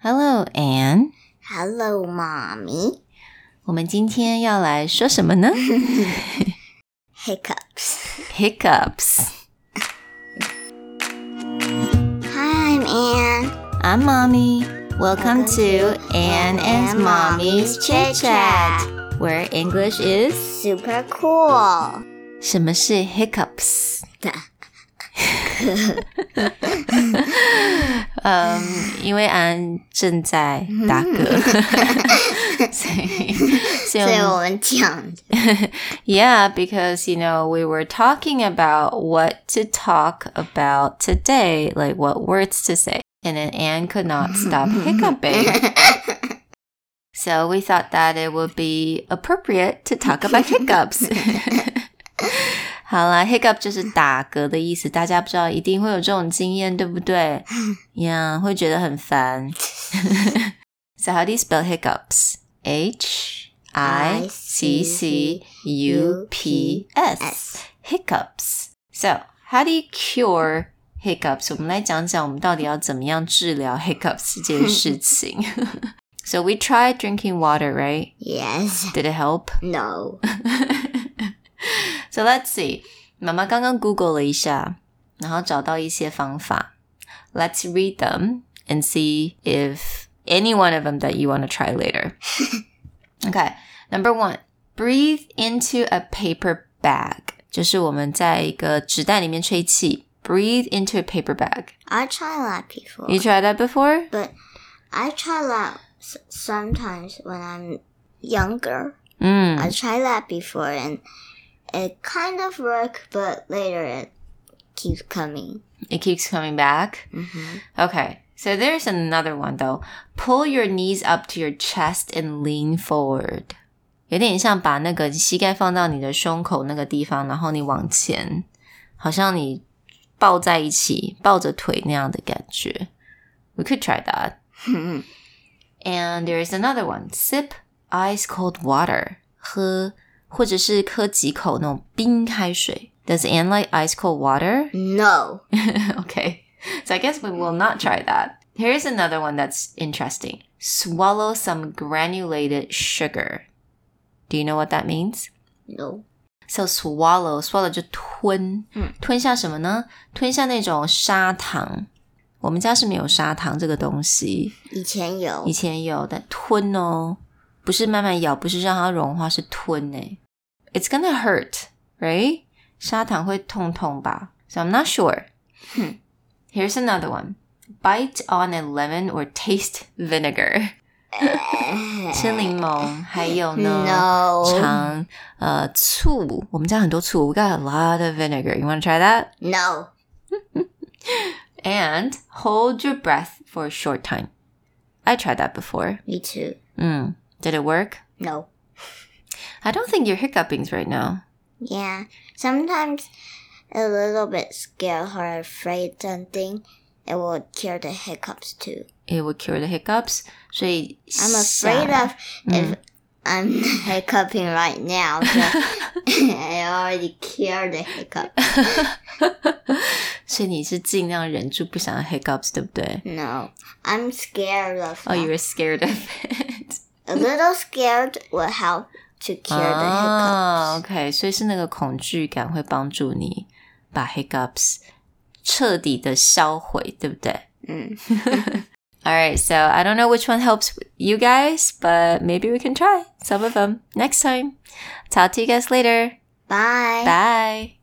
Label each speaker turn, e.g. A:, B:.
A: Hello, Anne。
B: Hello，妈咪。
A: 我们今天要来说什么呢
B: Hiccups.
A: ？Hiccups。
B: Hi, I'm Anne.
A: I'm Mommy. Welcome to Anne and Mommy's Chit Chat, where English is
B: Super cool.
A: 什么是 hiccups？嗯，Um, 因为安正在打
B: Hmm.
A: 嗝，所以 所以
B: 所以
A: 我
B: 我们讲
A: Yeah, because you know, we were talking about what to talk about today, like what words to say. And then Anne could not stop hiccuping. so we thought that it would be appropriate to talk about hiccups. 好啦，hiccup 就是打嗝的意思，大家不知道一定会有这种经验，对不对？呀、会觉得很烦。so how do you spell hiccups? H I C C U P S hiccups. So how do you cure hiccups? 我们来讲讲我们到底要怎么样治疗 hiccups 这件事情。so we tried drinking water, right?
B: yes,
A: Did it help?
B: no.
A: So let's see，妈妈刚刚 Google 了一下，然后找到一些方法。Let's read them and see if any one of them that you want to try later. okay, number one, breathe into a paper bag，就是我们在一个纸袋里面吹气。Breathe into a paper bag.
B: I try that before,
A: You tried that before?
B: but I try that s- sometimes when I'm younger.
A: 嗯
B: I tried that before, and it kind of worked, but later it keeps coming.
A: It keeps coming back. Mm-hmm. Okay. So there's another one though. Pull your knees up to your chest and lean forward. 有点像把那个膝盖放到你的胸口那个地方，然后你往前，好像你抱在一起，抱着腿那样的感觉。We could try that. And there is another one. Sip ice cold water. 喝或者是喝几口那种冰开水。Does Anne like ice cold water?
B: No.
A: okay. So I guess we will not try that. Here's another one that's interesting. Swallow some granulated sugar. Do you know what that means?
B: No.
A: So swallow, swallow 就吞，
B: 嗯
A: 吞下什么呢？吞下那种砂糖。我们家是没有砂糖这个东西，
B: 以前有。
A: 以前有，但吞哦，不是慢慢咬，不是让它融化，是吞诶。It's gonna hurt, right? 砂糖会痛痛吧？So I'm not sure. Hmm. Here's another one. Bite on a lemon or taste vinegar. 吃柠檬，还有呢
B: No.
A: 尝呃醋。我们家很多醋，We got a lot of vinegar. You want to try that?
B: No.
A: And hold your breath for a short time. I tried that before.
B: Me too.
A: Mm. Did it work?
B: No.
A: I don't think you're hiccuping right now.
B: Yeah. Sometimes a little bit scared or afraid something, it will cure the hiccups too.
A: It will cure the hiccups. Mm. 所以
B: I'm afraid of if I'm hiccuping right now. So I already cured the hiccup.
A: 所以你是尽量忍住不想要 hiccups，对不对
B: No. I'm scared of
A: ？Oh,
B: that.
A: you were scared of it.
B: a little scared will help to cure
A: Ah,
B: the hiccups.
A: OK，所以是那个恐惧感会帮助你把 hiccups 彻底的销毁，对不对？
B: Mm.
A: All right, so I don't know which one helps you guys, but maybe we can try some of them next time. Talk to you guys later.
B: Bye.
A: Bye.